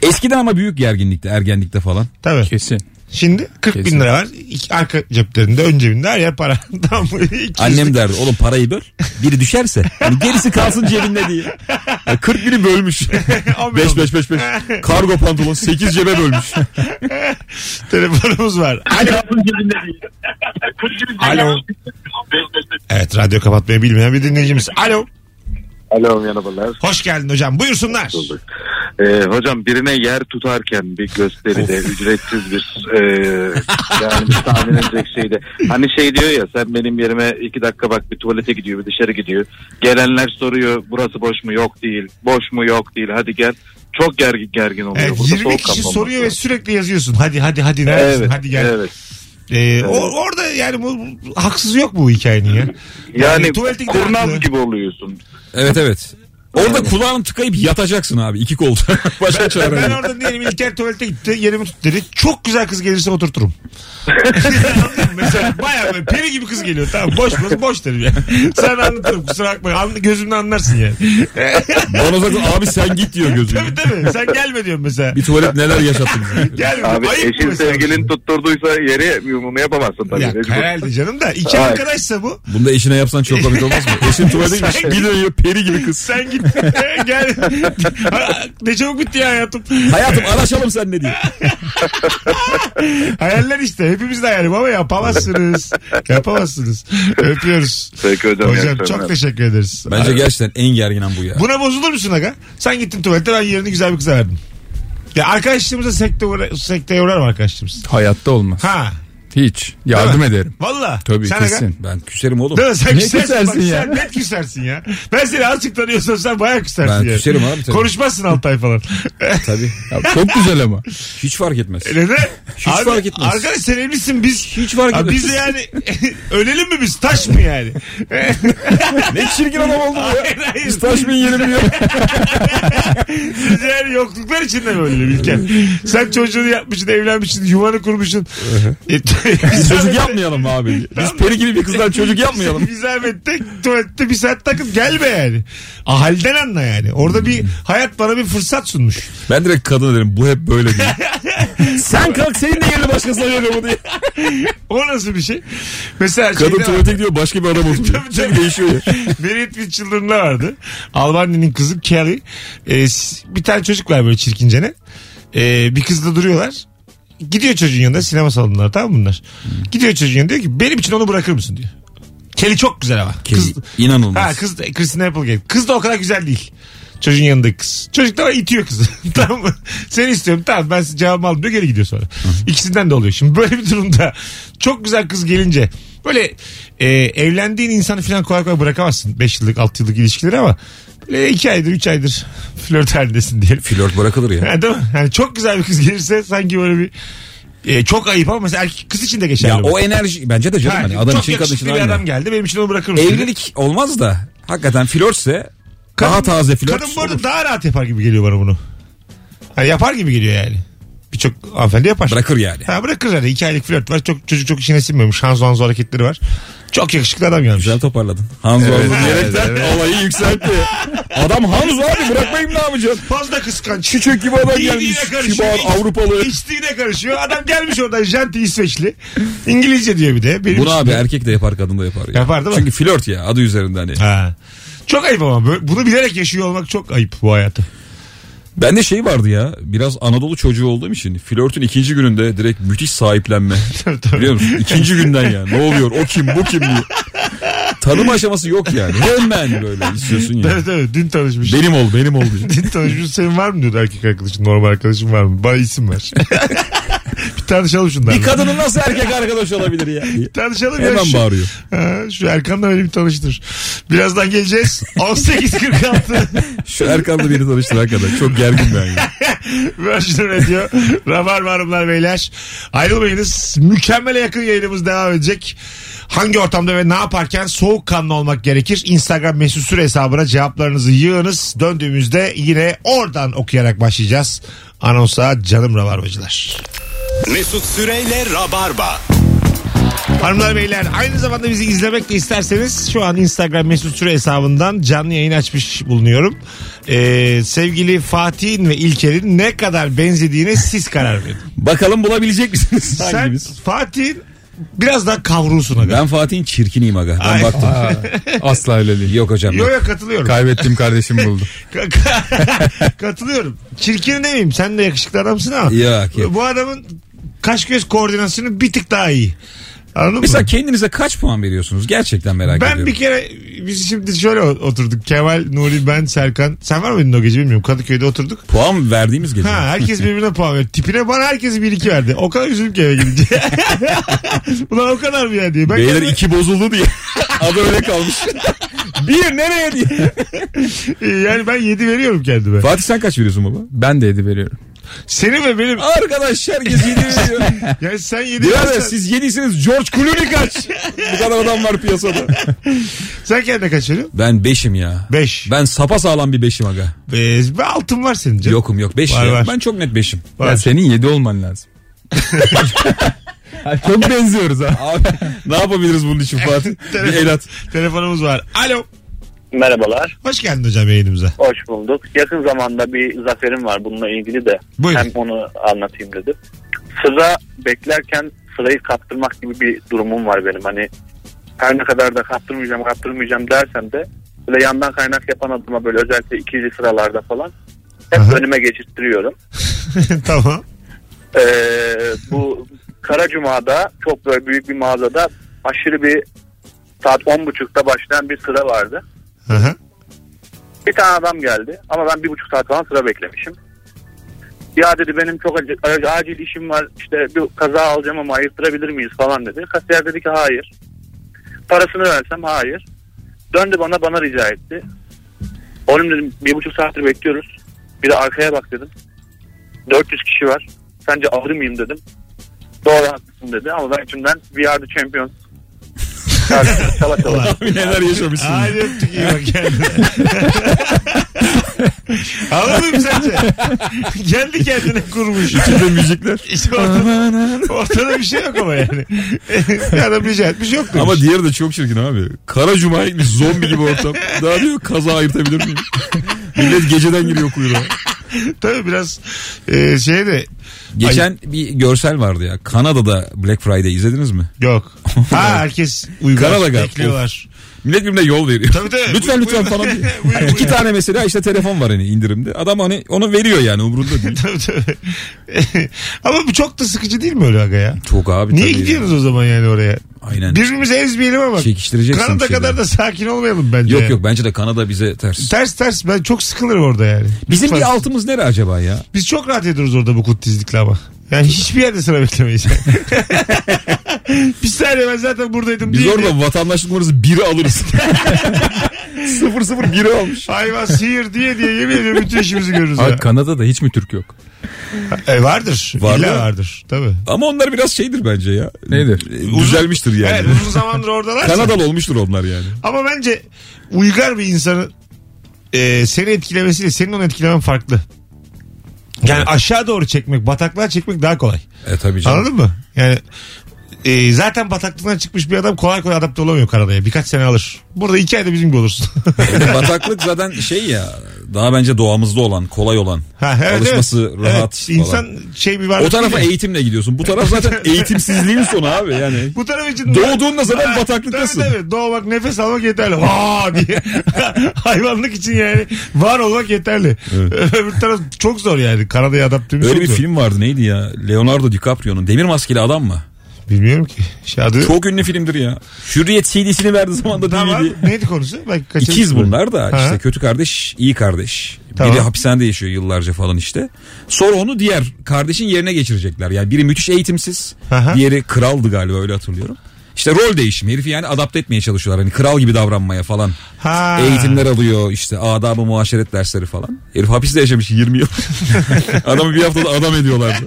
Eskiden ama büyük gerginlikte ergenlikte falan. Tabii. Kesin. Şimdi 40 bin Kesin. lira var. İki- arka ceplerinde, ön cebinde her yer para. (laughs) tamam mı? İki Annem yüzlük. derdi oğlum parayı böl. Biri düşerse hani gerisi kalsın cebinde (laughs) diye. Ya 40 biri bölmüş. On bin 5 oldu. 5 (laughs) 5 5. Kargo pantolon 8 cebe bölmüş. Telefonumuz var. (laughs) Alo. Alo. Evet radyo kapatmayı bilmeyen bir dinleyicimiz. Alo. Alo merhabalar. Hoş geldin hocam. Buyursunlar. Ee, hocam birine yer tutarken bir gösteride ücretsiz bir e, yani bir tahmin edecek şeyde. Hani şey diyor ya sen benim yerime iki dakika bak bir tuvalete gidiyor bir dışarı gidiyor. Gelenler soruyor burası boş mu yok değil boş mu yok değil hadi gel. Çok gergin gergin oluyor. Evet, Burada 20 soğuk kişi kapanması soruyor ve lazım. sürekli yazıyorsun. Hadi hadi hadi neredesin? Evet, hadi gel. evet. Ee, o- orada yani bu, bu- haksız yok bu hikayenin (laughs) ya. Yani, tuvalete giden haklı. kurnaz gibi oluyorsun. Evet evet. Orada kulağını tıkayıp yatacaksın abi iki kolda. Başka çare (laughs) Ben yok. orada diyelim İlker tuvalete gitti yerimi tut dedi. Çok güzel kız gelirse (laughs) oturturum. Anladın mı? Mesela bayağı böyle peri gibi kız geliyor. Tamam boş boş, boş derim yani. Sen anlatırım kusura bakma. Anla, gözümle anlarsın yani. Bana zaten abi sen git diyor tabii gözüme. tabii sen gelme diyorum mesela. Bir tuvalet neler yaşattı bize. Gelme. Abi Ayıp bu eşin mesela. sevgilin tutturduysa yeri bunu yapamazsın tabii. Ya mecbur. herhalde canım da iki Ay. arkadaşsa bu Bunu da eşine yapsan çok komik olmaz mı? Eşin tuvalete gitmiş. Sen- Bir dönüyor peri gibi kız. sen git (laughs) gel ne çabuk bitti ya hayatım Hayatım anlaşalım sen ne diye. hayaller işte hepimiz de hayalim ama (laughs) yapamazsınız yapamazsınız öpüyoruz Peki hocam, iyi hocam çok akşamlar. teşetten ederiz Bence gerçekten en gergin an bu ya. Buna bozulur musun aga? Sen gittin tuvalete ben yerini güzel bir kıza verdim. Ya arkadaşlarımıza sekte uğra- sekteye uğrar mı arkadaşlarımız? Hayatta olmaz. Ha. Hiç. Yardım Değil mi? ederim. Valla. Tabii sen Aga? kesin. Ben küserim oğlum. Değil mi? Sen Ne küsersin, küsersin bak, ya? Sen net küsersin ya. Ben seni azıcık tanıyorsam sen bayağı küsersin Ben yani. küserim abi tabii. Konuşmazsın Altay falan. (laughs) Tabii. Ya çok güzel ama. Hiç fark etmez. Neden? Hiç fark etmez. Arkadaş sen evlisin biz. Hiç fark Ha, etmez. Biz de yani (laughs) ölelim mi biz? Taş mı (laughs) yani? (laughs) Ne çirkin adam oldu bu ya. Hayır, hayır. Biz taş bin yerim diyor. Siz eğer yokluklar içinde mi öyle Bilken? Sen çocuğunu yapmışsın, evlenmişsin, yuvanı kurmuşsun. E, (laughs) Biz çocuk yapmayalım abi. Biz peri gibi bir kızdan (laughs) çocuk yapmayalım. Bir zahmet tek tuvalette bir saat takıp gelme yani. Ah, Halden anla yani. Orada Hmm. bir hayat bana bir fırsat sunmuş. Ben direkt kadın derim bu hep böyle (laughs) değil. Sen kalk senin de yerini başkasına veriyor bu diye. O nasıl bir şey? Mesela Kadın şeyde- tuvalete gidiyor başka bir adam oturuyor. Tabii, tabii. Çok değişiyor ya. (laughs) Merit with Children'da vardı. Albanya'nın kızı Carrie. Ee, s- bir tane çocuk var böyle çirkincene. Ee, bir kızla duruyorlar. Gidiyor çocuğun yanında sinema salonunda tamam mı bunlar. Gidiyor çocuğun yanında diyor ki benim için onu bırakır mısın diyor. Kelly çok güzel ama. Kız, İnanılmaz. ha kız da Christina Applegate. Kız da o kadar güzel değil. Çocuğun yanındaki kız. Çocuk da var, itiyor kızı. (laughs) tamam mı? Seni istiyorum. Tamam ben size cevabımı aldım diyor. Geri gidiyor sonra. İkisinden de oluyor. Şimdi böyle bir durumda çok güzel kız gelince böyle e, evlendiğin insanı falan kolay kolay bırakamazsın. 5 yıllık 6 yıllık ilişkileri ama böyle 2 aydır 3 aydır flört halindesin diyelim. (laughs) Flört bırakılır ya. Ha, değil mi? Yani çok güzel bir kız gelirse sanki böyle bir e, çok ayıp ama mesela erkek kız için de geçerli. Ya bu. o enerji bence de canım Şey, Ha, hani adam çok için kadın için yakışıklı bir aynı. adam geldi benim için onu bırakır mısın? Evlilik olmaz da hakikaten flörtse daha taze flört Kadın bu arada olur. daha rahat yapar gibi geliyor bana bunu. Ha, yapar gibi geliyor yani. Birçok hanımefendi yapar. bırakır yani. Ha, bırakır yani. İki aylık flört var. Çok, çocuk çok işine sinmemiş. Şanzo hanzo hareketleri var. Çok yakışıklı adam gelmiş. Güzel toparladın. Hanzo Evet, oldu evet, diyerekten evet. olayı yükseltti. adam Hanzo abi bırakmayayım ne yapacağım? Fazla kıskanç. Küçük gibi adam İyiliğine gelmiş. karışıyor. Kibar Avrupalı. İçtiğine karışıyor. Adam gelmiş oradan janti İsveçli. İngilizce diyor bir de. Benim Bunu için abi de- erkek de yapar kadın da yapar. ya. Yapar değil mi? Çünkü flört ya adı üzerinde hani. Ha. Çok ayıp ama. Böyle- Bunu bilerek yaşıyor olmak çok ayıp bu hayatı. Bende şey vardı ya biraz Anadolu çocuğu olduğum için flörtün ikinci gününde direkt (laughs) müthiş sahiplenme. Biliyor musun? İkinci günden ya ne oluyor o kim bu kim diye. Tanıma aşaması yok yani. Hemen böyle istiyorsun ya. Evet evet. Dün tanışmış. benim ol (laughs) benim ol diye. Dün tanışmış senin var mı diyordu erkek arkadaşın normal arkadaşın var mı? Bana isim ver. (laughs) bir tanışalım şunlarla. Bir kadının nasıl erkek arkadaş olabilir ya? diye. Tanışalım ya. Hemen Şu, bağırıyor. Ha, şu Erkan'la beni bir tanıştır. Birazdan (laughs) geleceğiz. 18.46 Şu Erkan'la beni tanıştır hakikaten. Çok gergin ben ya. Virgin Radio. Rabar Hanımlar Beyler. Ayrılmayınız. Mükemmele yakın yayınımız devam edecek. Hangi ortamda ve ne yaparken soğukkanlı olmak gerekir? Instagram mesut süre hesabına cevaplarınızı yığınız. Döndüğümüzde yine oradan okuyarak başlayacağız. Anonsa canım rabarbacılar. Mesut Süreyle Rabarba. Hanımlar beyler aynı zamanda bizi izlemek de isterseniz şu an Instagram mesut süre hesabından canlı yayın açmış bulunuyorum. Ee, sevgili Fatih'in ve İlker'in ne kadar benzediğine siz karar (laughs) verin. Bakalım bulabilecek misiniz? Sen Hangimiz? Fatih'in biraz daha kavrulsun aga. Ben Fatih'in çirkiniyim aga. Ben Ay. baktım. Asla öyle değil. Yok hocam. Yo yok. yo katılıyorum. Kaybettiğim (laughs) kardeşim buldum. katılıyorum. Çirkin demeyeyim sen de yakışıklı adamsın ama. Yok, yok. Bu adamın kaş göz koordinasyonu bir tık daha iyi. Anladın Mesela mı? kendinize kaç puan veriyorsunuz? Gerçekten merak Ben ediyorum. bir kere biz şimdi şöyle oturduk. Kemal, Nuri, ben, Serkan. Sen var mıydın o gece bilmiyorum. Kadıköy'de oturduk. Puan verdiğimiz gece. Ha, (laughs) herkes birbirine puan verdi. Tipine bana herkes bir iki verdi. O kadar üzüldüm ki eve gidince. (laughs) Ulan o kadar mı ya diye. Ben Beyler kendime- iki bozuldu diye. (laughs) Adı (laughs) öyle kalmış. bir nereye diye. Ee, yani ben yedi veriyorum kendime. Fatih sen kaç veriyorsun baba? Ben de yedi veriyorum. Senin ve benim. Arkadaş (laughs) herkes yedi veriyor. Yani sen yedi Birader versen- siz yedisiniz George Clooney kaç? Bu kadar adam var piyasada. Sen kendine kaç veriyorsun? Ben beşim ya. Beş. Ben sapa sağlam bir beşim aga. Ee, bir altın var senin canım. Yokum yok beş Var, ya. var. Ben çok net beşim. Var. Ya senin yedi olman lazım. (laughs) Çok benziyoruz ha. Abi ne yapabiliriz bunun için Fatih? bir el at. Telefonumuz var. Alo. Merhabalar, Hoş geldin hocam yayınımıza. (laughs) hoş bulduk. Yakın zamanda bir zaferim var bununla ilgili de. Buyurun. Hem onu anlatayım dedim. Sıra beklerken sırayı kaptırmak gibi bir durumum var benim. Hani her ne kadar da kaptırmayacağım, kaptırmayacağım dersem de böyle yandan kaynak yapan adıma böyle özellikle ikinci sıralarda falan hep Aha. önüme geçirttiriyorum. tamam. Ee, bu Kara Cuma'da çok böyle büyük bir mağazada aşırı bir saat 10.30'da başlayan bir sıra vardı. Aha. Bir tane adam geldi ama ben bir buçuk saat falan sıra beklemişim. Ya dedi benim çok acil, acil işim var işte bir kaza alacağım ama ayırttırabilir miyiz falan dedi. Kasiyer dedi ki hayır. Parasını versem hayır. Döndü bana bana rica etti. Oğlum dedim bir buçuk saattir bekliyoruz. Bir de arkaya bak dedim. 400 kişi var. Sence alır mıyım dedim. Doğru haklısın dedi ama ben içimden We are the champions. Şarkısını çala çala. Abi neler yaşamışsın. (laughs) Hadi öptük iyi bak kendine. Anladın mı sence? Kendi kendine kurmuş. İçinde müzikler. İşte ortada, ortada bir şey yok ama (laughs) yani. Adam rica şey etmiş yok demiş. Ama diğeri de çok çirkin abi. Kara Cuma'ya gitmiş zombi gibi ortam. Daha diyor kaza (laughs) ayırtabilir miyim? Millet geceden giriyor kuyruğa. Tabii biraz e, şeye de Geçen bir görsel vardı ya. Kanada'da Black Friday izlediniz mi? yok. Ha herkes uygar Karalaga. bekliyorlar. Millet birbirine yol veriyor. Tabii, tabii. Lütfen Buyur, lütfen buyur. falan diye. (laughs) Buyur, buyur. İki tane mesela işte telefon var hani indirimde. Adam hani onu veriyor yani umurunda değil. Tabii, tabii. Ama bu çok da sıkıcı değil mi öyle aga ya? Çok abi Niye tabii gidiyorsunuz o zaman yani oraya? ya. Aynen. Birbirimizi ezmeyelim ama. Çekiştireceksin Kanada bir şeyden. kadar da sakin olmayalım bence. Yok yani. yok bence de Kanada bize ters. Ters ters ben çok sıkılırım orada yani. Bizim Lütfen. bir altımız nere acaba ya? Biz çok rahat ediyoruz orada bu kutsizlikle ama. Yani hiçbir yerde sıra (laughs) beklemeyiz. bir saniye ben zaten buradaydım. Biz diye- orada vatandaşlık numarası (laughs) biri alırız. (laughs) 001 olmuş. Hayvan sihir diye diye yemin ediyorum bütün işimizi görürüz. Abi ya. Kanada'da hiç mi Türk yok? E, vardır. Var İlla mı? vardır. Tabii. Ama onlar biraz şeydir bence ya. Nedir? Ee, Düzelmiştir yani. Evet uzun zamandır oradalar. Kanadalı olmuştur onlar yani. Ama bence uygar bir insanın e, seni etkilemesiyle senin onu etkilemen farklı. Yani aşağı doğru çekmek, bataklığa çekmek daha kolay. E tabii canım. Anladın mı? Yani e, zaten bataklıktan çıkmış bir adam kolay kolay adapte olamıyor Kanada'ya. Birkaç sene alır. Burada iki ayda bizim gibi olursun. (laughs) Yani bataklık zaten şey ya daha bence doğamızda olan, kolay olan. Ha, evet, Alışması evet. rahat Evet, falan. insan şey bir varlık O tarafa değil ya. eğitimle gidiyorsun. Bu taraf zaten (laughs) eğitimsizliğin sonu abi yani. Bu taraf için Doğduğunda zaten Ha, bataklıktasın. Tabii tabii. Doğmak, nefes almak yeterli. Vaa diye. (laughs) Hayvanlık için yani var olmak yeterli. (laughs) Öbür taraf çok zor yani. Kanada'ya adapte şey olmak Öyle bir çok zor. film vardı neydi ya? Leonardo DiCaprio'nun Demir Maskeli Adam mı? Bilmiyorum ki. Şey adı... Çok ünlü filmdir ya. Hürriyet CD'sini verdiği zaman da Tamam. DVD. Neydi konusu? Belki kaçırdım. İkiz bunlar da Ha. işte kötü kardeş, iyi kardeş. Tamam. Biri hapishanede yaşıyor yıllarca falan işte. Sonra onu diğer kardeşin yerine geçirecekler. Yani biri müthiş eğitimsiz, Aha. diğeri kraldı galiba öyle hatırlıyorum. İşte rol değişimi herifi yani adapte etmeye çalışıyorlar. Hani kral gibi davranmaya falan. Ha. Eğitimler alıyor işte adabı muaşeret dersleri falan. Herif hapiste yaşamış 20 yıl. (laughs) Adamı bir haftada adam ediyorlardı.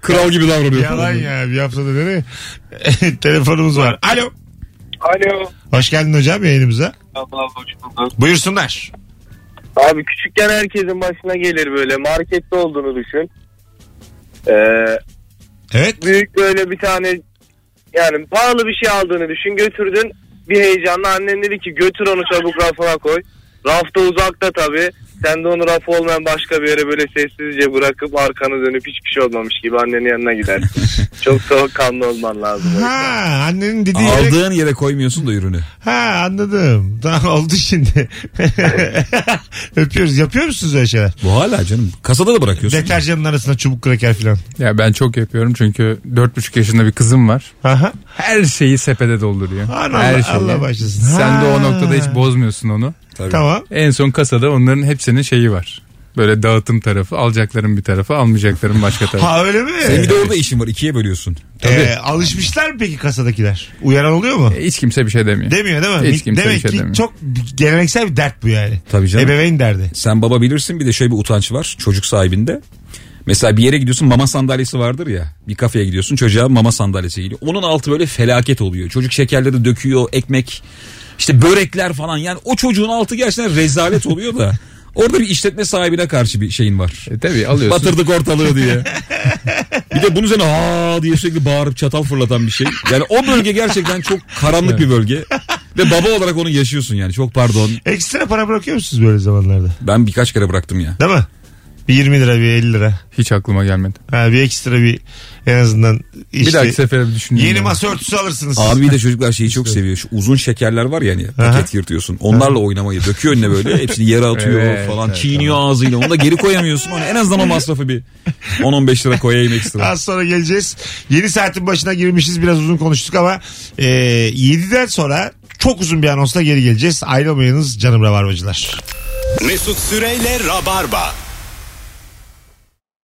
Kral gibi davranıyor. Yalan falan. ya bir haftada nereye? (laughs) Telefonumuz var. Alo. Alo. Hoş geldin hocam yayınımıza. Allah hoş bulduk. Buyursunlar. Abi küçükken herkesin başına gelir böyle markette olduğunu düşün. Ee, Evet. büyük böyle bir tane yani pahalı bir şey aldığını düşün götürdün bir heyecanla annen dedi ki götür onu çabuk rafına koy. Rafta uzakta tabi. Sen de onu raf olmayan başka bir yere böyle sessizce bırakıp arkanı dönüp hiçbir şey olmamış gibi annenin yanına gider. Çok soğukkanlı olman lazım. Ha annenin dediği yere- Aldığın yere koymuyorsun da ürünü. Ha anladım. Tamam oldu şimdi. (laughs) Öpüyoruz. Yapıyor musunuz öyle şeyler? Bu hala canım. Kasada da bırakıyorsun. Deterjanın arasına çubuk kraker filan. Ya ben çok yapıyorum çünkü 4,5 yaşında bir kızım var. Aha. Her şeyi sepete dolduruyor. Aman Her Allah- şeyi. Allah başlasın. Sen de Ha. o noktada hiç bozmuyorsun onu. Tabii. Tamam. En son kasada onların hepsinin şeyi var. Böyle dağıtım tarafı, alacakların bir tarafı, almayacakların başka tarafı. Ha öyle mi? Senin bir de orada işin var. ikiye bölüyorsun. Ee, alışmışlar mı peki kasadakiler? Uyaran oluyor mu? E, Hiç kimse bir şey demiyor. Demiyor değil mi? Hiç kimse Demek bir şey ki demiyor. çok geleneksel bir dert bu yani. Tabii canım. Ebeveyn derdi. Sen baba bilirsin bir de şöyle bir utanç var çocuk sahibinde. Mesela bir yere gidiyorsun mama sandalyesi vardır ya. Bir kafeye gidiyorsun çocuğa mama sandalyesi geliyor. Onun altı böyle felaket oluyor. Çocuk şekerleri döküyor, ekmek, işte börekler falan. Yani o çocuğun altı gerçekten rezalet oluyor da. Orada bir işletme sahibine karşı bir şeyin var. E, tabii alıyorsun. Batırdık ortalığı diye. bir de bunun üzerine ha diye sürekli bağırıp çatal fırlatan bir şey. Yani o bölge gerçekten çok karanlık bir bölge. Ve baba olarak onu yaşıyorsun yani. Çok pardon. Ekstra para bırakıyor musunuz böyle zamanlarda? Ben birkaç kere bıraktım ya. Değil mi? Bir 20 lira bir 50 lira. Hiç aklıma gelmedi. Ha, bir ekstra bir en azından işte bir dahaki sefere bir düşüneyim. yeni ya. masa örtüsü alırsınız. Abi (laughs) bir de çocuklar şeyi çok seviyor. Şu uzun şekerler var ya hani paket yırtıyorsun. Onlarla oynamayı döküyor önüne böyle. Hepsini yere atıyor Evet, falan. evet, çiğniyor ağzıyla. Onu da geri koyamıyorsun. Hani en azından o masrafı bir 10-15 lira koyayım ekstra. Az sonra geleceğiz. Yeni saatin başına girmişiz. Biraz uzun konuştuk ama e, 7'den sonra çok uzun bir anonsla geri geleceğiz. Ayrılmayınız canım rabarbacılar. Mesut Süreyle Rabarba.